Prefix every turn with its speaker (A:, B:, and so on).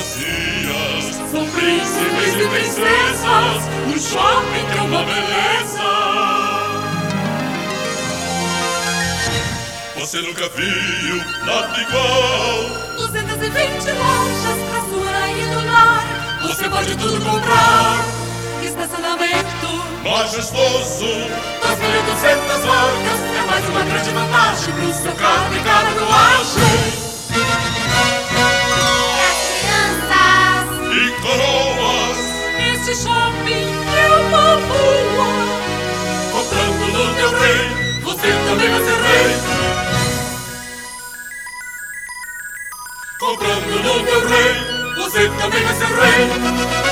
A: Messias São príncipes e princesas Um shopping que é uma beleza Você nunca viu nada igual
B: 220 lojas pra sua ir do lar Você pode tudo comprar Estacionamento
A: Majestoso
B: 2.200 marcas É mais uma grande vantagem Pro seu carro e cada carruagem Para crianças
A: e coroas
B: Este shopping é uma boa
A: Comprando no teu rei Você também vai ser rei Comprando no teu rei Você também vai ser rei